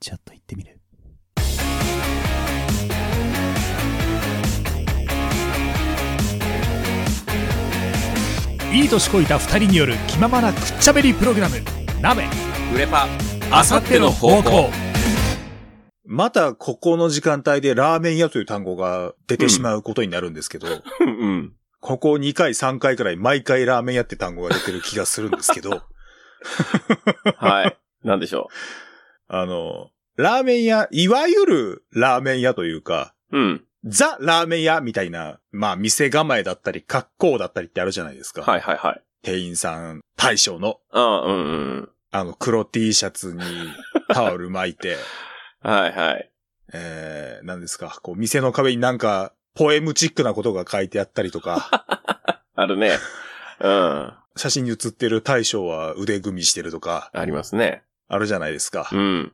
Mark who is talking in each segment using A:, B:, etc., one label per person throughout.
A: ちらっと行ってみる。いい年こいた二人による気ままなくっちゃべりプログラム、鍋、
B: 売れパ
A: あさっての方向。
C: またここの時間帯でラーメン屋という単語が出てしまうことになるんですけど、
B: うん。
C: ここ2回3回くらい毎回ラーメン屋って単語が出てる気がするんですけど、
B: はい。なんでしょ
C: あの、ラーメン屋、いわゆるラーメン屋というか、
B: う。うん。
C: ザ・ラーメン屋みたいな、まあ店構えだったり、格好だったりってあるじゃないですか。
B: はいはいはい。
C: 店員さん、大将の、
B: あうんうん。
C: あの黒 T シャツにタオル巻いて、
B: はいはい。
C: えー、何ですか、こう店の壁になんか、ポエムチックなことが書いてあったりとか、
B: あるね。うん。
C: 写真に写ってる大将は腕組みしてるとか、
B: ありますね。
C: あるじゃないですか
B: う。ん。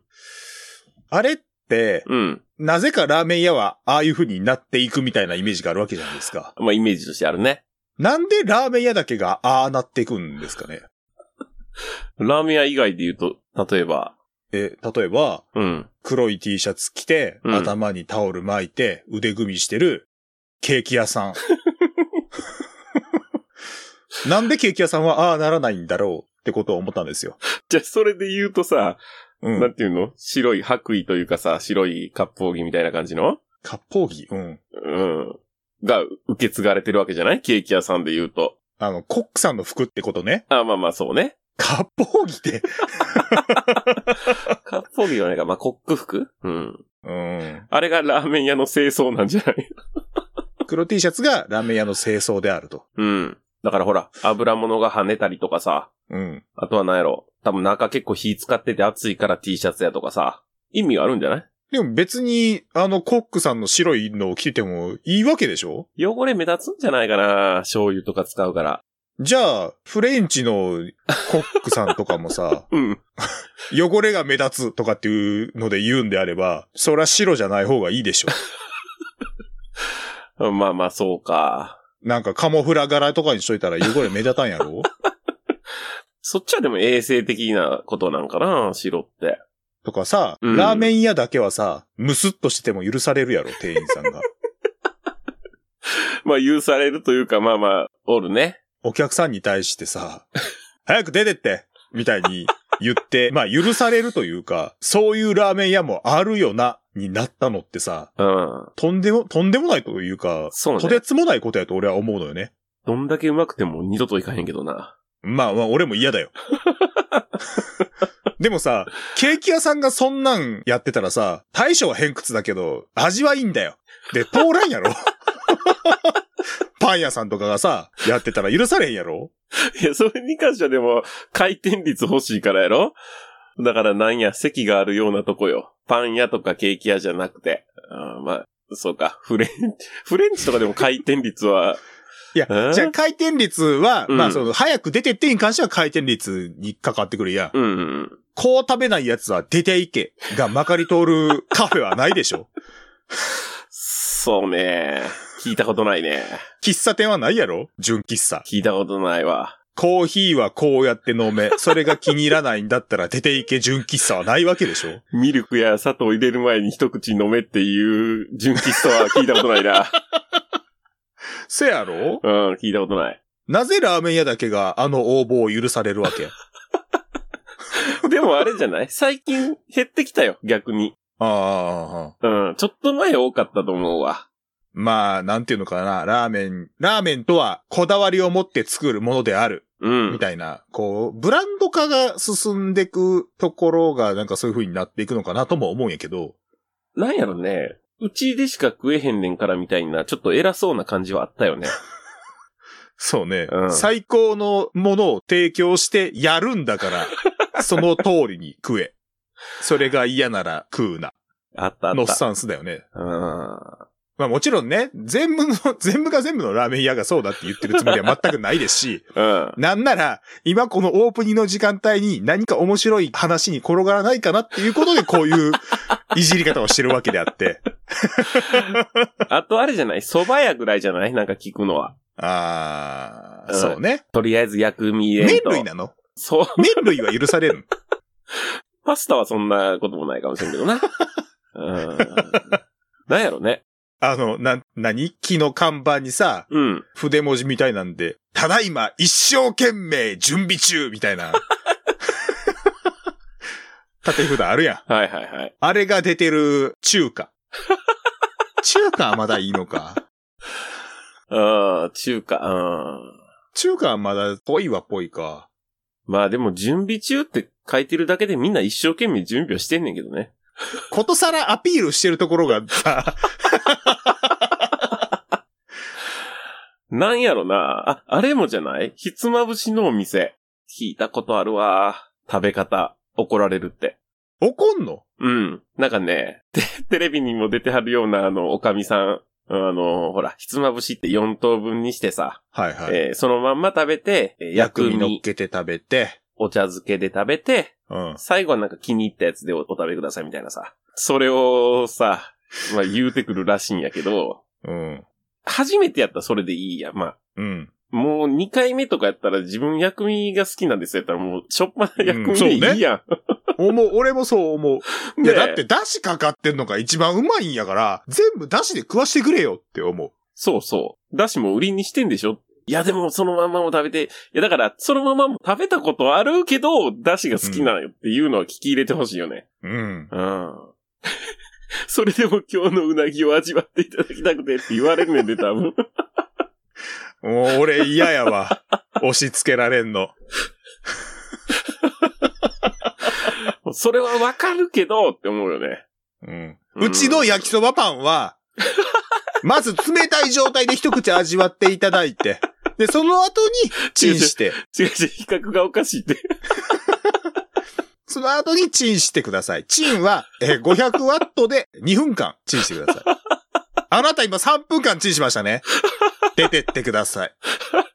C: あれって、
B: うん。
C: なぜかラーメン屋はああいう風になっていくみたいなイメージがあるわけじゃないですか。
B: まあ、イメージとしてあるね。
C: なんでラーメン屋だけがああなっていくんですかね。
B: ラーメン屋以外で言うと、例えば、
C: え、例えば、
B: うん。
C: 黒い T シャツ着て、
B: うん
C: 頭にタオル巻いて、腕組みしてる、ケーキ屋さん。 なんでケーキ屋さんはああならないんだろうってことを思ったんですよ。
B: じゃあ、それで言うとさ、
C: うん。
B: なんていうの白い白衣というかさ、白い割烹着みたいな感じの
C: 割烹着うん。
B: うん。が、受け継がれてるわけじゃないケーキ屋さんで言うと。
C: あの、コックさんの服ってことね。
B: あ、まあまあ、そうね。
C: 割烹着って。
B: 割烹着はないか、まあ、コック服うん。
C: うん。
B: あれがラーメン屋の清掃なんじゃない
C: 黒 T シャツがラーメン屋の清掃であると。
B: うん。だからほら、油物が跳ねたりとかさ、
C: うん。
B: あとは何やろ。多分中結構火使ってて暑いから T シャツやとかさ、意味があるんじゃない
C: でも別に、あの、コックさんの白いのを着ててもいいわけでしょ
B: 汚れ目立つんじゃないかな醤油とか使うから。
C: じゃあ、フレンチのコックさんとか もさ、
B: うん。
C: 汚れが目立つとかっていうので言うんであれば、そりゃ白じゃない方がいいでしょ。
B: まあまあ、そうか。
C: なんかカモフラ柄とかにしといたら汚れ目立たんやろ
B: そっちはでも衛生的なことなんかな白って。
C: とかさ、
B: うん
C: ラーメン屋だけはさ、ムスッとしてても許されるやろ、店員さんが。
B: まあ、許されるというか、まあまあ、おるね。
C: お客さんに対してさ、 早く出てってみたいに言って、まあ許されるというか、そういうラーメン屋もあるよな、になったのってさ、
B: うん。
C: とんでも、とんでもないというか、
B: そう
C: と
B: ね
C: て。つもないことやと俺は思うのよね。
B: どんだけうまくても二度といかへんけどな。
C: まあまあ、俺も嫌だよ。 でもさ、ケーキ屋さんがそんなんやってたらさ、大将は偏屈だけど、味はいいんだよ。で、通ら んやろパン屋さんとかがさ、やってたら許されへんやろ
B: いや、それに関してはでも、回転率欲しいからやろだからなんや、席があるようなとこよ。パン屋とかケーキ屋じゃなくて。あーまあ、そうか。フレンチ、 フレンチとかでも回転率は、
C: いや
B: えー、
C: じゃあ回転率は、
B: うん
C: まあその、早く出てってに関しては回転率にかかってくるやん。
B: うんうん。
C: こう食べないやつは出ていけがまかり通るカフェはないでしょ
B: そうね。聞いたことないね。
C: 喫茶店はないやろ純喫茶。
B: 聞いたことないわ。
C: コーヒーはこうやって飲め。それが気に入らないんだったら出ていけ純喫茶はないわけでしょ
B: ミルクや砂糖入れる前に一口飲めっていう純喫茶は聞いたことないな。
C: せやろ
B: うん、聞いたことない。
C: なぜラーメン屋だけがあの応募を許される わけ
B: でもあれじゃない最近減ってきたよ、逆に。
C: ああ、
B: うん、ちょっと前多かったと思うわ。
C: まあ、なんていうのかな。ラーメン、ラーメンとはこだわりを持って作るものである。
B: うん。
C: みたいな、こう、ブランド化が進んでくところが、なんかそういう風になっていくのかなとも思うんやけど、
B: なんやろね。うちでしか食えへんねんからみたいな、ちょっと偉そうな感じはあったよね。
C: そうね、
B: うん
C: 最高のものを提供してやるんだか ら、その通りに食え。それが嫌なら食うな。
B: あったあ
C: の
B: っ
C: ス
B: た。
C: タンスだよね。
B: うん。
C: まあもちろんね、全部の、 全部が全部のラーメン屋がそうだって言ってるつもりは全くないですし、
B: うん。
C: なんなら、今このオープニングの時間帯に何か面白い話に転がらないかなっていうことでこういういじり方をしてるわけであって。
B: あとあれじゃない蕎麦屋ぐらいじゃないなんか聞くのは。
C: あー、
B: うん
C: そうね。
B: とりあえず薬味入れ
C: 麺
B: んと。
C: 類なの
B: そう。
C: 麺類は許される
B: パスタはそんなこともないかもしれんけ どな。うん。なんやろね。
C: あの、な、何木の看板にさ、
B: うん。
C: 筆文字みたいなんで、ただいま一生懸命準備中みたいな。 縦札あるやん。
B: はいはいはい。
C: あれが出てる中華。中華はまだいいのか。
B: うん、中華、うん。
C: 中華はまだぽいはぽいか。
B: まあでも準備中って書いてるだけでみんな一生懸命準備をしてんねんけどね。
C: ことさらアピールしてるところがさ、
B: なんやろな。あ、あれもじゃないひつまぶしのお店。聞いたことあるわ。食べ方、怒られるって。
C: 怒んの
B: うん。なんかね、 テテレビにも出てはるような、あの、おかみさん。うんあの、ほら、ひつまぶしって4等分にしてさ、
C: はいはい。
B: えーそのまんま食べて、えー薬
C: 薬味
B: 味
C: 乗っけて食べて、
B: お茶漬けで食べて、
C: うん。
B: 最後はなんか気に入ったやつでおお食べくださいみたいなさ。それをさ、まあ言うてくるらしいんやけど、
C: うん。
B: 初めてやったらそれでいいや。まあ、
C: うん。
B: もう2回目とかやったら自分薬味が好きなんですよ。やったらもう、しょっぱな薬味でいいやん。
C: 思う、俺もそう思う。い
B: ねえ
C: や、だって、だしかかってんのが一番うまいんやから、全部だしで食わしてくれよって思う。
B: そうそう。だしも売りにしてんでしょいや、でもそのままも食べて、いや、だから、そのままも食べたことあるけど、だしが好きなのよっていうのは聞き入れてほしいよね。
C: うん。
B: うん。 それでも今日のうなぎを味わっていただきたくてって言われるねんで、多 分。
C: もう俺嫌や わ。押し付けられんの。
B: それはわかるけど、って思うよね。
C: うん。
B: うん
C: うちの焼きそばパンは、まず冷たい状態で一口味わっていただいて、で、その後にチンして、
B: 違う違う、比較がおかしいって。
C: その後にチンしてください。チンは、えー500ワットで2分間チンしてください。あなた今3分間チンしましたね。出てってください。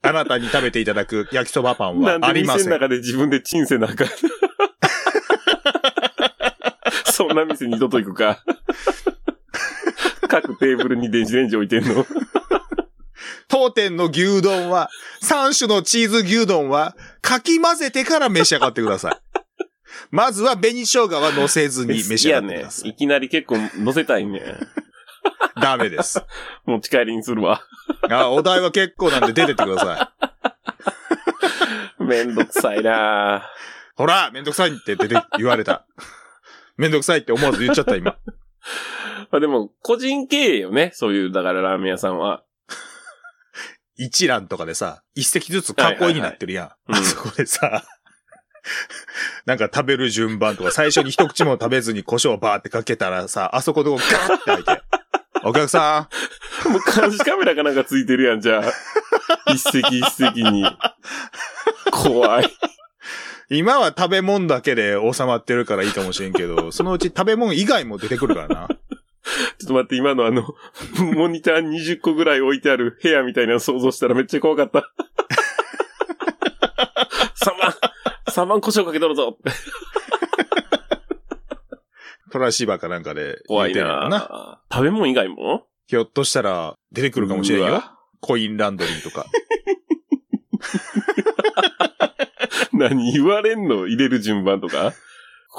C: あなたに食べていただく焼きそばパン
B: な
C: は
B: ん
C: あ
B: で
C: りま
B: 店
C: せ
B: の
C: ん。
B: 中で自分でチンせなあ かん。そんな店二度と行くか。各テーブルに電子レンジ置いてんの。
C: 当店の牛丼は、3種のチーズ牛丼は、かき混ぜてから召し上がってください。まずは紅生姜は乗せずに召し上がってくださ
B: いやね。
C: い。
B: いきなり結構乗せたいね。
C: ダメです。
B: 持ち帰りにするわ。
C: あ、お題は結構なんで出てってください。
B: めんどくさいな
C: ほら、めんどくさいって出て、言われた。めんどくさいって思わず言っちゃった、今。
B: まあでも、個人経営よね。そういう、だからラーメン屋さんは。
C: 一覧とかでさ、一席ずつ囲いになってるやん。
B: はいはいはいうん
C: あそこでさ、 なんか食べる順番とか、最初に一口も食べずに胡椒バーってかけたらさ、あそこでこうガーって開いて。お客さ
B: もう監視カメラかなんかついてるやん、じゃあ。一席一席に。怖い。
C: ん、今は食べ物だけで収まってるからいいかもしれんけど、そのうち食べ物以外も出てくるからな。
B: ちょっと待って、今のあの、 モニター20個ぐらい置いてある部屋みたいなの想像したらめっちゃ怖かった。3万、3万胡椒かけとるぞ。
C: トラシーバーかなんかで
B: 怖
C: 言
B: いう
C: てるやろな。
B: な食べ物以外も
C: ひょっとしたら出てくるかもしれん
B: う
C: よ
B: わ。
C: コインランドリーとか。
B: 何言われんの入れる順番とか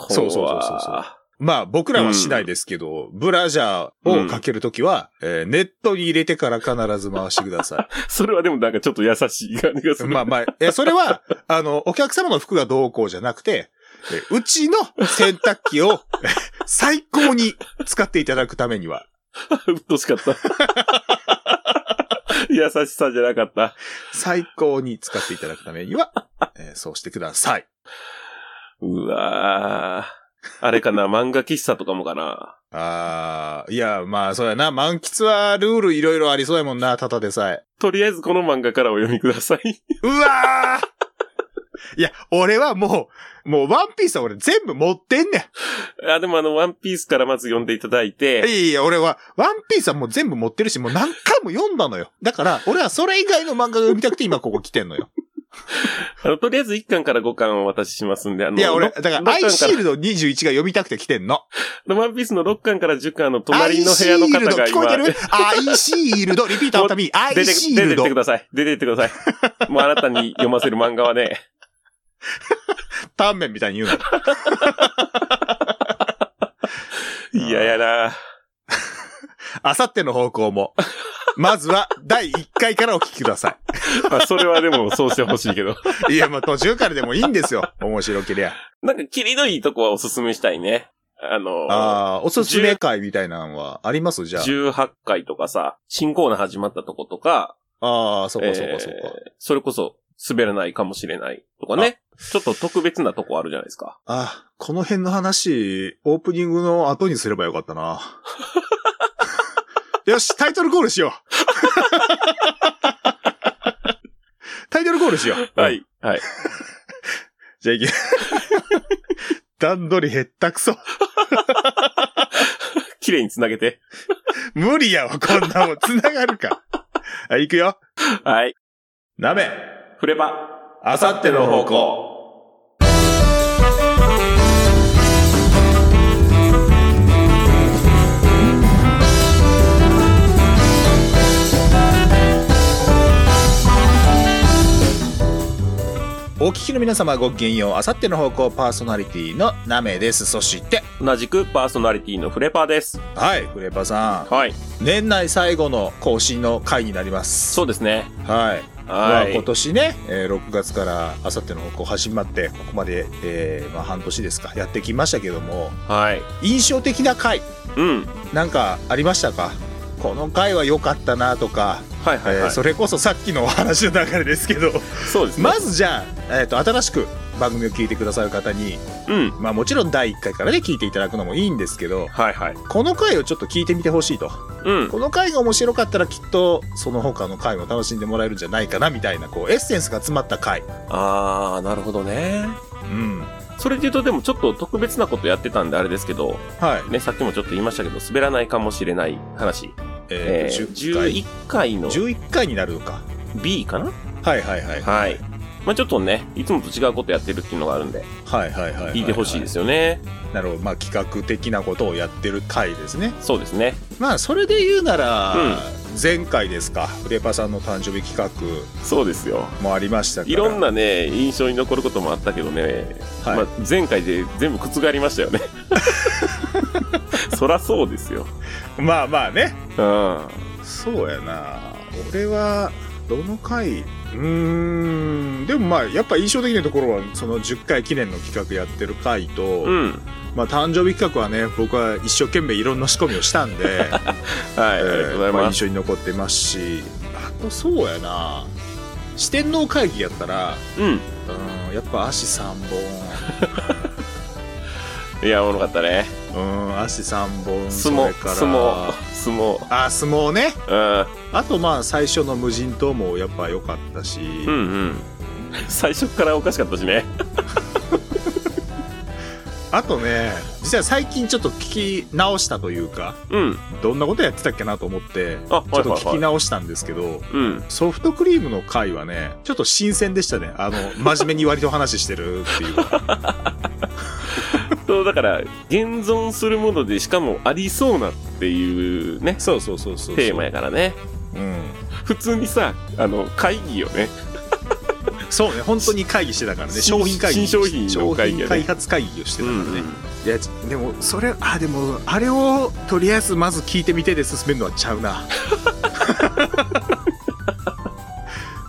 C: そうそうそうそうそうまあ僕らはしないですけど、ブラジャーをかけるときは、えーネットに入れてから必ず回してく ださ
B: う。それはでもなんかちょっと優しい感じがす
C: い。
B: る。
C: まあまあ、いや、それは、あの、お客様の服がどうこうじゃなくて、えうちの洗濯機を 最高に使っていただくためには、
B: うっとうしかっ た。優しさじゃなかった。
C: 最高に使っていただくためには、えーそうしてください。
B: うわーあれかな漫画喫茶とかもかな
C: あー、いや、まあ、そうやな。満喫はルールいろいろありそうやもんな、ただでさえ。
B: とりあえずこの漫画からお読みください。
C: うわーいや、俺はもう、もうワンピースは俺全部持ってんねん。
B: あ、でもあの、ワンピースからまず読んでいただい
C: いや
B: て、
C: いやいや、俺は、ワンピースはもう全部持ってるし、もう何回も読んだのよ。だから、俺はそれ以外の漫画が読みたくて今ここ来てん のよ。
B: あの、とりあえず1巻から5巻をお渡ししますんで、あの、
C: いや、俺、
B: ろ
C: だか
B: ろっ
C: ら、ア
B: か
C: イシールド21が読みたくて来てんの。
B: ワンピースの6巻から10巻の隣の部屋の方
C: ア
B: が
C: イシールド、聞こえて
B: 今、
C: るアイシールド、リピートのたびに、ア
B: 出
C: イ
B: て、
C: シ
B: 出
C: ー
B: て
C: ル
B: ってく。
C: ド
B: ださい。出てってください。もうあなたに読ませる漫画はね、
C: タンメンみたいに言うの。
B: いややな。
C: あさっての方向も。まずは、第1回からお聞きくださ
B: まあ、それはでも、そうしてほしい けど。
C: い。いや、まあ途中からでもいいんですよ。面白けりゃ。
B: なんか、キリのいいとこはおすすめしたいね。あの、
C: ああー、おすすめ会みたいなのはありますじゃあ。
B: 18回とかさ、新コーナー始まったとことか、
C: ああ、そう
B: えー
C: かそうかそうか。
B: それこそ、滑らないかもしれないとかね。ちょっと特別なとこあるじゃないですか。
C: ああ、この辺の話、オープニングの後にすればよかっ たな。よし、タイトルコールしよ う。タイトルコールしよう。
B: は。い。はい。
C: じゃあ行け。段取りへったくそ。
B: 綺麗に繋げて。
C: 無理やわ、こんなもん。繋がるか。はい、行くよ。
B: はい。
C: なめ、
B: フレパ。
C: あさっての方向。お聞きの皆様ごきげんよう。あさっての方向パーソナリティのなめです。そして、
B: 同じくパーソナリティのフレパです。
C: はい、フレパさ
B: はい。
C: ん。年内最後の更新の回になります。
B: そうですね。
C: はい。ま
B: は
C: あ、
B: い。
C: 今年ね、えー6月からあさってのこう始まってここまで、えーまあ、半年ですかやってきましたけども
B: はい。
C: 印象的な回
B: うん。
C: なんかありましたかこの回は良かったなとか、
B: はいはい
C: え
B: は
C: ー
B: い。
C: それこそさっきのお話の流れですけ ど
B: そうですね。
C: まずじゃあ、えー、と新しく番組を聞いてくださる方に、
B: うん。
C: まあ、もちろん第1回からね聞いていただくのもいいんですけど
B: はいはい。
C: この回をちょっと聞いてみてほしいと
B: うん。
C: この回が面白かったらきっとその他の回も楽しんでもらえるんじゃないかなみたいなこうエッセンスが詰まった回。
B: あー、なるほどね。
C: うん
B: それで言うとでもちょっと特別なことやってたんであれですけど、
C: はい。
B: ね、さっきもちょっと言いましたけど、滑らないかもしれない話。え
C: え
B: ー、
C: ー、10回。
B: 11回の
C: 11回になるのか。
B: B かな
C: はいはいはい。
B: はい。まあちょっとね、いつもと違うことやってるっていうのがあるんで、
C: はいはいはい。。
B: 聞いてほしいですすよね。
C: なるほど。まあ企画的なことをやってる回ですね。
B: そうですね。
C: まあそれで言うなら、前回ですか。フレパさんの誕生日企画
B: そうですよ。
C: もありましたから。
B: いろん。なね、印象に残ることもあったけどね、
C: はい
B: まあ、前回で全部覆りましたよ ね。そらそうですよ。
C: まあまあね。
B: うん。
C: そうやな。俺は、どの回うーん。でもまあ、やっぱ印象的なところは、その10回記念の企画やってる回と、
B: うん。
C: まあ誕生日企画はね、僕は一生懸命いろんな仕込みをしたんで、
B: はい、
C: え
B: ありがとうござい
C: ーまあ
B: ます。
C: 印象に残ってますしあとそうやな四天王会議やったら
B: うん。
C: うんやっぱ足3
B: いや、おもろかったね。
C: 本うん足3
B: 相
C: 本そ
B: 撲
C: れ、から
B: 相撲、相撲。
C: あ相撲ね
B: うん。
C: あとまあ最初の無人島もやっぱ良かったし、
B: うん うん。最初からおかしかったしね。
C: あとね実は最近ちょっと聞き直したというか
B: うん。
C: どんなことやってたっけなと思って
B: あ、はい
C: ち
B: は
C: ょっ
B: い
C: と
B: はい。
C: 聞き直したんですけど、
B: うん。
C: ソフトクリームの回はねちょっと新鮮でしたねあの真面目に割と話してるっ ていうか
B: そう、だから、現存するもので、しかもありそうなっていうね、
C: そうそうそうそうそう
B: テーマやからね。
C: うん
B: 普通にさ、あの、会議よね。
C: そうね、本当に会議してたからね、
B: 新
C: 商品会
B: 新
C: 議。
B: 商品の会議やね
C: 商開発会議をしてた
B: う
C: からね
B: ん、。
C: いや、ちでも、それ、あ、でも、あれを、とりあえずまず聞いてみてで進めるのはちゃうな。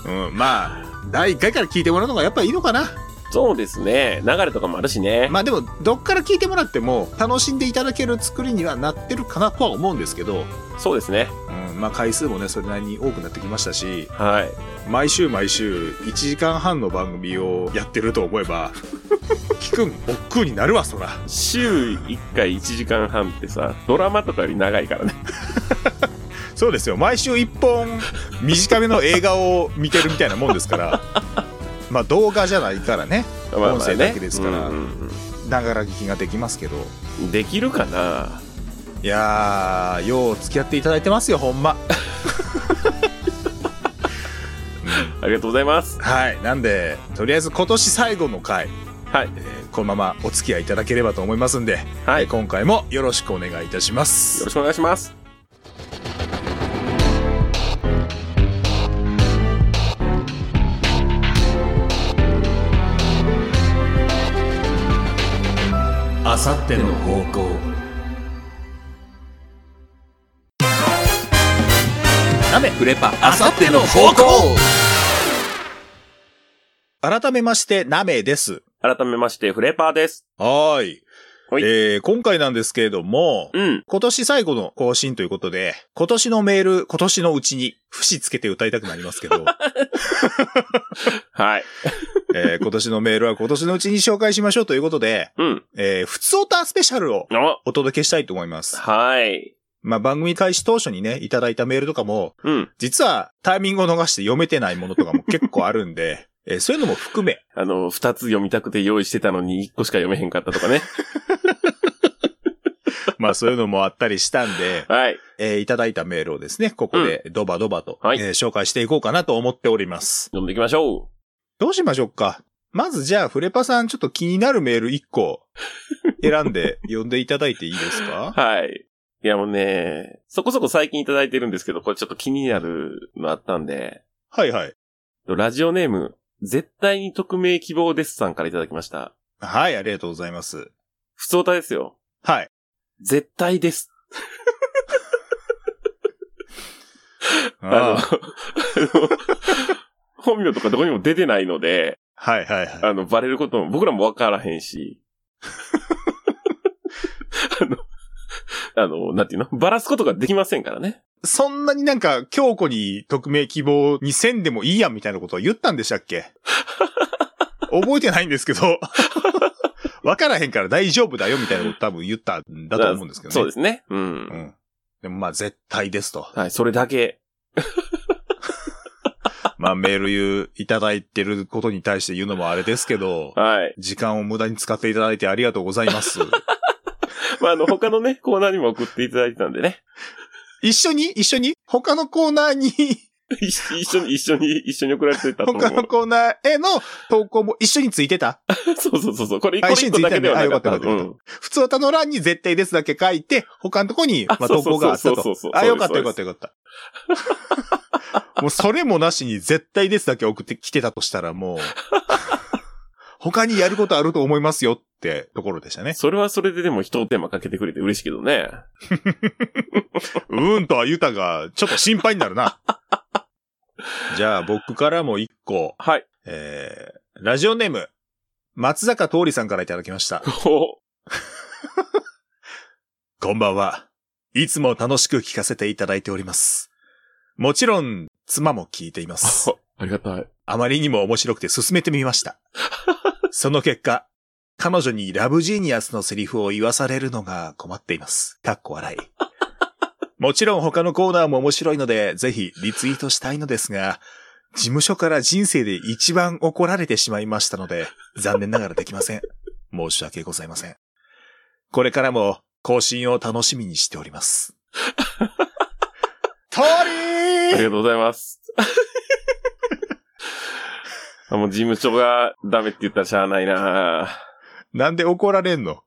C: うん、まあ、第1回から聞いてもらうのがやっぱいいのかな。
B: そうですね。流れとかもあるしね。
C: まあでも、どっから聞いてもらっても、楽しんでいただける作りにはなってるかなとは思うんですけど、
B: そうですね。
C: うん、まあ回数もね、それなりに多くなってきましたし、
B: はい。
C: 毎週毎週1時間半の番組をやってると思え ば聞くん億劫になるわそら
B: 週1回1時間半ってさ、ドラマとかより長いからね。
C: そうですよ毎週1本短めの映画を見てるみたいなもんですから まあ動画じゃないからね
B: まあまあね
C: 音声だけですから
B: うんうん
C: ながら聞きができますけど
B: うんできるかない
C: やーよう付き合っていただいてますよほんま
B: ありがとうございます。
C: はいなんでとりあえず今年最後の回、
B: はい
C: え。ーこのままお付き合いいただければと思いますんで、
B: はい。
C: えー
B: よ
C: 今回もよろしくお願いいたします
B: ろしくお願いします。
A: さっての方向なめ
B: フレパ、
A: あさっての方向
C: 改めまして、ナメです。
B: 改めまして、フレパーです。
C: はーい。
B: はい
C: えー、今回なんですけれども、
B: うん。
C: 今年最後の更新ということで、今年のメール、今年のうちに、節つけて歌いたくなりますけ ど、
B: はい。
C: えー今年のメールは今年のうちに紹介しましょうということで、
B: うん。
C: えー、普通オタスペシャルを
B: あ
C: お届けしたいと思います。
B: はい。
C: まあ、番組開始当初にね、いただいたメールとかも、
B: うん。
C: 実はタイミングを逃して読めてないものとかも結構あるんで、えーそういうのも含め、
B: あの、二つ読みたくて用意してたのに一個しか読めへんかったとか ね。
C: まあそういうのもあったりしたんで、
B: はい。
C: えーいただいたメールをですね、ここでドバドバと、
B: はい
C: えー紹介していこうかなと思っております。
B: 読んでいきましょ
C: どうしましょうかまずじゃあ、フレパさんちょっと気になるメール1個 選んで読んでいただいていいです
B: う。
C: か
B: はい。いやもうね、そこそこ最近いただいてるんですけど、これちょっと気になるのあったんで、
C: はいはい。
B: ラジオネーム、絶対に匿名希望ですさんからいただきました。
C: はい、ありがとうございます。
B: 普通歌ですよ。
C: はい。
B: 絶対です。あ
C: あー
B: の、本名とかどこにも出てないので、
C: はいはいはい。
B: あの、バレることも僕らもわからへんし。 あの、あの、なんていうのバラすことができませんからね。
C: そんなになんか、京子に匿名希望にせんでもいいやんみたいなことを言ったんでした っけ覚えてないんですけど。 わからへんから大丈夫だよみたいなこと多分言ったんだと思うんですけどね。。
B: そうですすね。うん。
C: うん。でもまあ絶対ですと。
B: はい、それだけ。
C: まあメール言ういただいてることに対して言うのもあれですけ ど、
B: はい。
C: 時間を無駄に使っていただいてありがとうございます。
B: まあ、あの、他のね、コーナーにも送っていただいてたんでね。
C: 一緒に一緒に他のコーナーに、
B: 一一緒に、一緒に、一緒に送られてたと思う
C: 他。のコーナーへの投稿も一緒についてた
B: そうそうそうそう。これ一個
C: 配信
B: 一個だけではなかった。
C: ついてたねあよか普通歌の欄に絶対ですだけ書いて、他のとこに、ま
B: あ
C: あ、投稿があった
B: そうそうそうそ
C: と
B: う。
C: あ、よかった
B: そう
C: よ
B: で
C: かっ
B: す
C: たよかった。もうそれもなしに絶対ですだけ送ってきてたとしたら もう、他にやることあると思いますよってところでした
B: うん
C: ね。
B: それはそれででも一テーマかけてくれて嬉しいけどね。
C: うーんとは言うたが、ちょっと心配になるな。じゃあ僕からも一個、
B: はい。
C: えー、ラジオネーム、松坂通りさんからいただきました。
B: こ
C: こんばんは。いつも楽しく聞かせていただいております。もちろん、妻も聞いています。
B: うありがたい。
C: あまりにも面白くて進めてみました。その結果、彼女にラブジーニアスのセリフを言わされるのが困っています。かっこ笑い。もちろん他のコーナーも面白いので、ぜひリツイートしたいのですが、事務所から人生で一番怒られてしまいましたので、残念ながらできません。申し訳ございません。これからも更新を楽しみにしております。通
B: あり
C: り
B: がとうございます。 あもう事務所がダメって言ったらしゃあないな
C: なんで怒られんの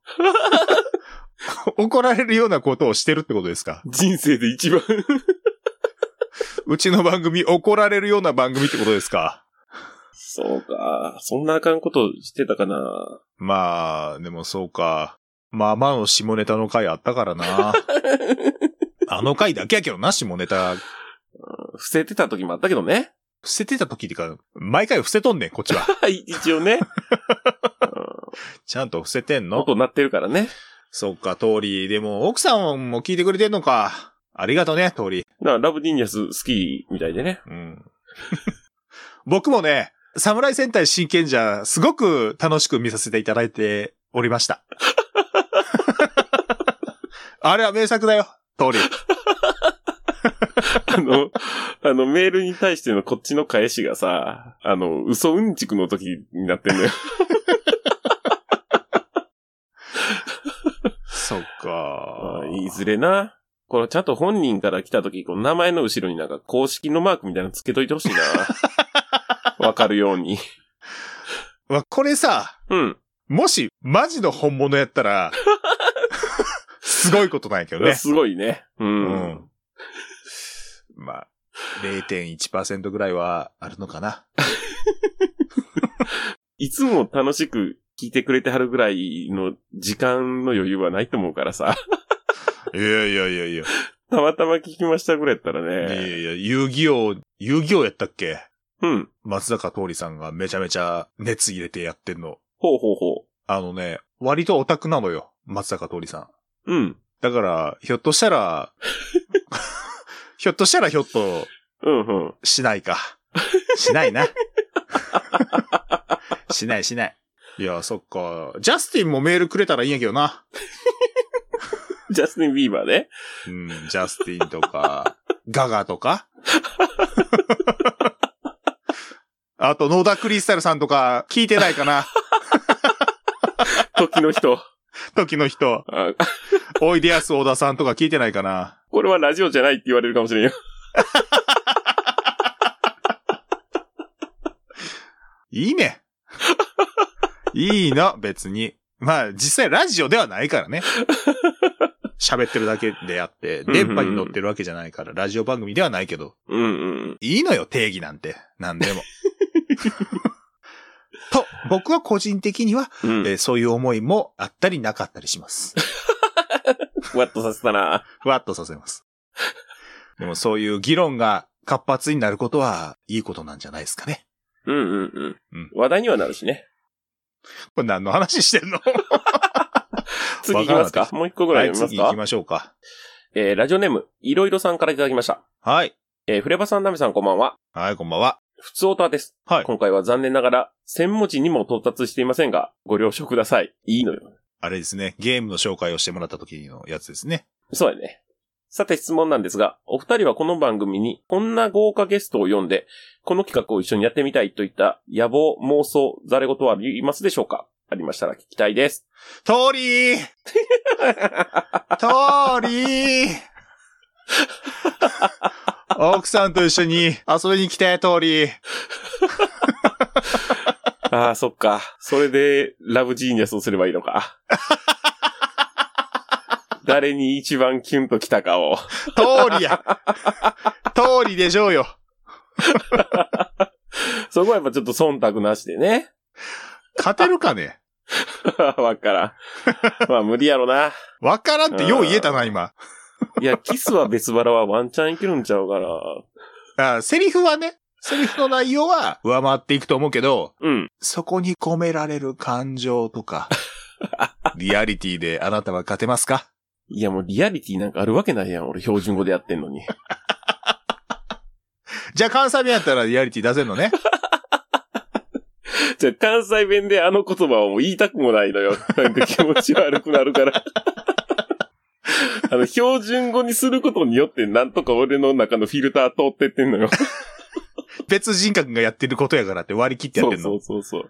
C: 怒られるようなことをしてるってことですか
B: 人生で一番
C: うちの番組怒られるような番組ってことですか
B: そうか。そんなあかんことしてたかな
C: まあ、でもそうか。まあまあの下ネタの回あったからな。あの回だけやけどな、下ネタ。
B: 伏せてた時もあったけどね。
C: 伏せてた時っていうか、毎回伏せとんねん、こっちは。
B: はい、一応 ね。
C: ちゃんと伏せてんの
B: 音鳴ってるからね。
C: そっか、通り。でも、奥さんも聞いてくれてんのか。ありがとね、通り。
B: だからラブディニアス好きみたいでね。
C: うん。僕もね、侍戦隊真剣じゃ、すごく楽しく見させていただいておりました。 あれは名作だよ、通り。
B: あの、あのメールに対してのこっちの返しがさ、あの、嘘うんちくの時になってんのよ。
C: そっか
B: あーいずれな。このちゃんと本人から来た時、この名前の後ろになんか公式のマークみたいなのつけといてほしい な。わかるように。
C: わ、これさ、
B: うん。
C: もし、マジの本物やった ら、すごいことなんやけどね。
B: すごいね。う。
C: うんん。まあ、0.1%ぐらいはあるのかな。
B: いつも楽しく聞いてくれてはるぐらいの時間の余裕はないと思うからさ。
C: いやいやいやいや。
B: たまたま聞きましたぐらいやった
C: い
B: ら
C: やい
B: ね。
C: やいや、遊戯王、遊戯王やったっけ
B: うん。
C: 松坂桃李さんがめちゃめちゃ熱入れてやってんの。
B: ほうほうほ
C: あのね、割とオタクなのよ。松坂桃李さん。
B: う。うん。
C: だから、ひょっとしたら、ひょっとしたらひょっと
B: うんうん。
C: しないか。しないな。しないしない。いや、そっか。ジャスティンもメールくれたらいいんやけどな。
B: ジャスティン・ビーバーね。
C: うん、ジャスティンとか、ガガとか。あと、野田クリスタルさんとか、聞いてないかな。
B: 時の人。
C: 時の人。
B: あ
C: おいでやす小田さんとか聞いてないかな。
B: これはラジオじゃないって言われるかもしれんよ。
C: いいね。いいの、別に。まあ、実際ラジオではないからね。喋ってるだけであって、電波に乗ってるわけじゃないから、ラジオ番組ではないけど、
B: うんうん。
C: いいのよ、定義なんて。何でも。 と、僕は個人的には、
B: うん
C: え。ーそういう思いもあったりなかったりします。
B: ふわっとさせたな。
C: ふわっとさせます。でもそういう議論が活発になることはいいことなんじゃないですかね。
B: うんうんうん。
C: うん
B: 話題にはなるしね。
C: これ何の話してんの
B: 次行きますか
C: わか
B: もう一個ぐらい
C: は
B: 読みます
C: 次
B: か、
C: 行きましょうか。
B: えー、ラジオネーム、いろいろさんからいただきました。
C: はい。
B: えー、フレバさん、ナメさん、こんばんは。
C: はい、こんばんは。
B: 普通オタです。
C: はい。
B: 今回は残念ながら、1000文字にも到達していませんが、ご了承ください。いいのよ。
C: あれですね、ゲームの紹介をしてもらった時のやつですね。
B: そうやね。さて質問なんですが、お二人はこの番組にこんな豪華ゲストを呼んで、この企画を一緒にやってみたいといった野望、妄想、ざれ言はありますでしょうかありましたら聞きたいです。
C: 通 りー通りー奥さんと一緒に遊びに来て、通りー
B: ああ、そっか。それで、ラブジーニアスをすればいいのか。誰に一番キュンときたかを。
C: 通りや通りでしょうよ
B: そこはやっぱちょっと忖度なしでね。
C: 勝てるかね
B: わからん。まあ無理やろな。
C: わからんってよう言えたな、今。
B: いや、キスは別腹はワンチャンいけるんちゃうかな。
C: あセリフはね、セリフの内容は上回っていくと思うけど、
B: うん。
C: そこに込められる感情とか、 リアリティであなたは勝てますか
B: いや、もうリアリティなんかあるわけないやん。俺標準語でやってんのに。
C: じゃあ関西弁やったらリアリティ出せんのね。
B: じゃあ、関西弁であの言葉をもう言いたくもないの よ。なんか気持ち悪くなるから。あの、標準語にすることによって、なんとか俺の中のフィルター通ってってんのよ。
C: 別人格がやってることやからって割り切ってや
B: そ
C: って
B: うん
C: の。
B: そうそう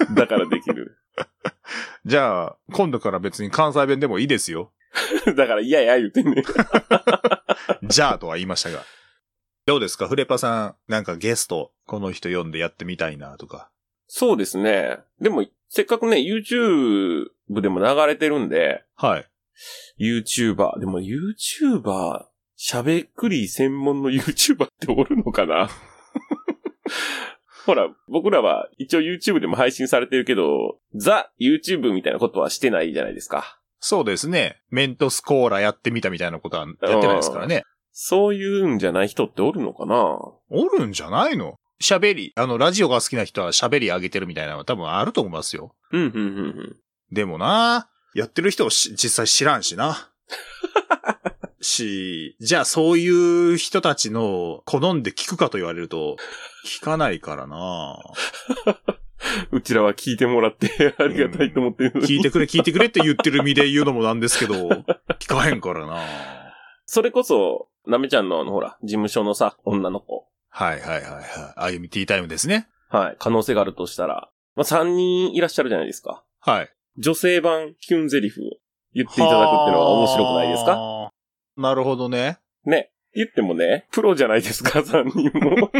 B: そう。だからできる。
C: じゃあ、今度から別に関西弁でもいいですよ。
B: だから、いやいや言ってんね。
C: じゃあとは言いましたが。どうですかフレパさん、なんかゲスト、この人呼んでやってみたいなとか。
B: そうですね。でも、せっかくね、YouTube でも流れてるんで、
C: はい。
B: YouTuber。でも YouTuber、しゃべくり専門の YouTuber っておるのかな ほら、僕らは一応 YouTube でも配信されてるけど、ザ YouTube みたいなことはしてないじゃないですか。
C: そうですね。メントスコーラやってみたみたいなことはやってないですからね。
B: そういうんじゃない人っておるのかな
C: おるんじゃないの喋り、あの、ラジオが好きな人は喋り上げてるみたいなのは多分あると思いますよ。
B: うん、うん、うん、
C: でもな、やってる人をし実際知らん しな。し、じゃあそういう人たちの好んで聞くかと言われると、聞かないから な。
B: うん。うちらは聞いてもらって ありがたいと思ってるのに
C: 聞いてくれ聞いてくれって言ってる身で言うのもなんですけど、聞かへんからな。
B: それこそ、なめちゃんのあの、ほら、事務所のさ、女の子。
C: はいはいはいはい。あゆみティータイムですね。
B: はい。可能性があるとしたら、まあ、3人いらっしゃるじゃないですか。
C: はい。
B: 女性版キュンゼリフを言っていただくってのは面白くないですか
C: はーなるほどね。
B: ね。言ってもね、プロじゃないです か、3人も。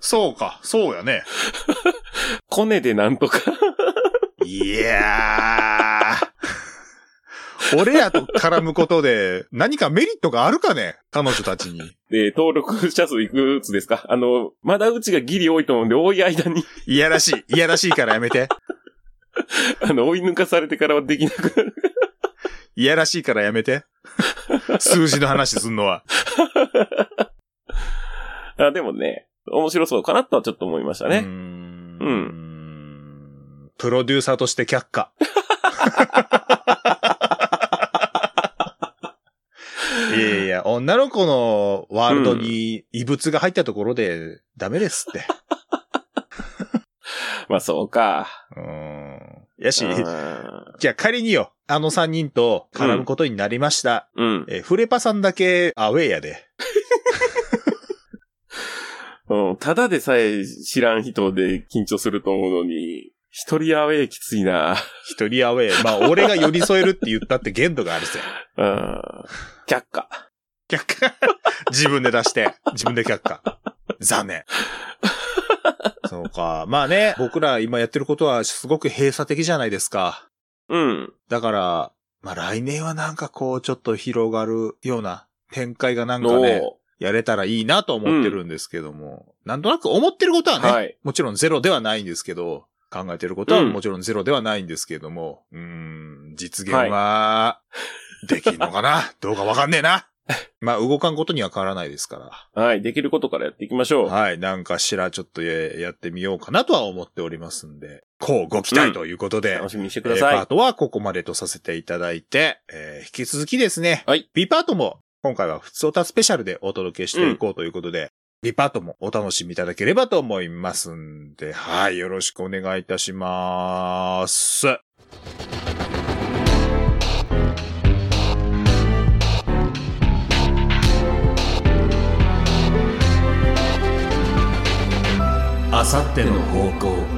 C: そうか、そうやね。
B: コネでなんとか。
C: いやー。俺らと絡むことで何かメリットがあるかね彼女たちに。
B: で、登録者数いくつですかあの、まだうちがギリ多いと思うんで、多い間に、
C: いやらしい。いやらしいからやめて。
B: あの、追い抜かされてからはできなくなる。
C: いやらしいからやめて。数字の話すんのは。
B: あ、でもね、面白そうかなとはちょっと思いました
C: うー
B: ね。
C: ん
B: う
C: プロデューサーとして却下。いやいや、女の子のワールドに異物が入ったところでダメですって。
B: まあ、そうか。
C: うーん。やし、
B: うん
C: じゃあ仮によ、あの3人と絡むことになりました。
B: うん。
C: え、フレパさんだけアウェイやで。
B: うん。ただでさえ知らん人で緊張すると思うのに、一人アウェイきついな。
C: 一人アウェイ。まあ、俺が寄り添えるって言ったって限度があるぜ。
B: うん。却下。
C: 却下。 自分で出して、自分で却下。残念。そうか。まあね、僕ら今やってることはすごく閉鎖的じゃないですか。
B: うん。
C: だから、まあ来年はなんかこう、ちょっと広がるような展開がなんかね、
B: お
C: やれたらいいなと思ってるんですけども、なんとなく思ってることはね、
B: はい
C: もちろんゼロではないんですけど、考えてることは
B: うん
C: もちろんゼロではないんですけども、うーん、実現は、できんのかな どうかわかんねえな。まあ、動かんことには変わらないですか
B: うはい。できることからやっていきまし
C: ら。
B: ょう。
C: はい。なんかしらちょっとややってみようかなとは思っておりますんで、こうご期待ということで、
B: 楽しみにしてくだ
C: えー
B: さ
C: パ
B: い。
C: ートはここまでとさせていただいて、えー引き続きですね、
B: はい。
C: B パートも今回は普通歌スペシャルでお届けしていこうということで、B パートもお楽しみいただければと思いますんで、はい、よろしくお願いいたします。あさっての方向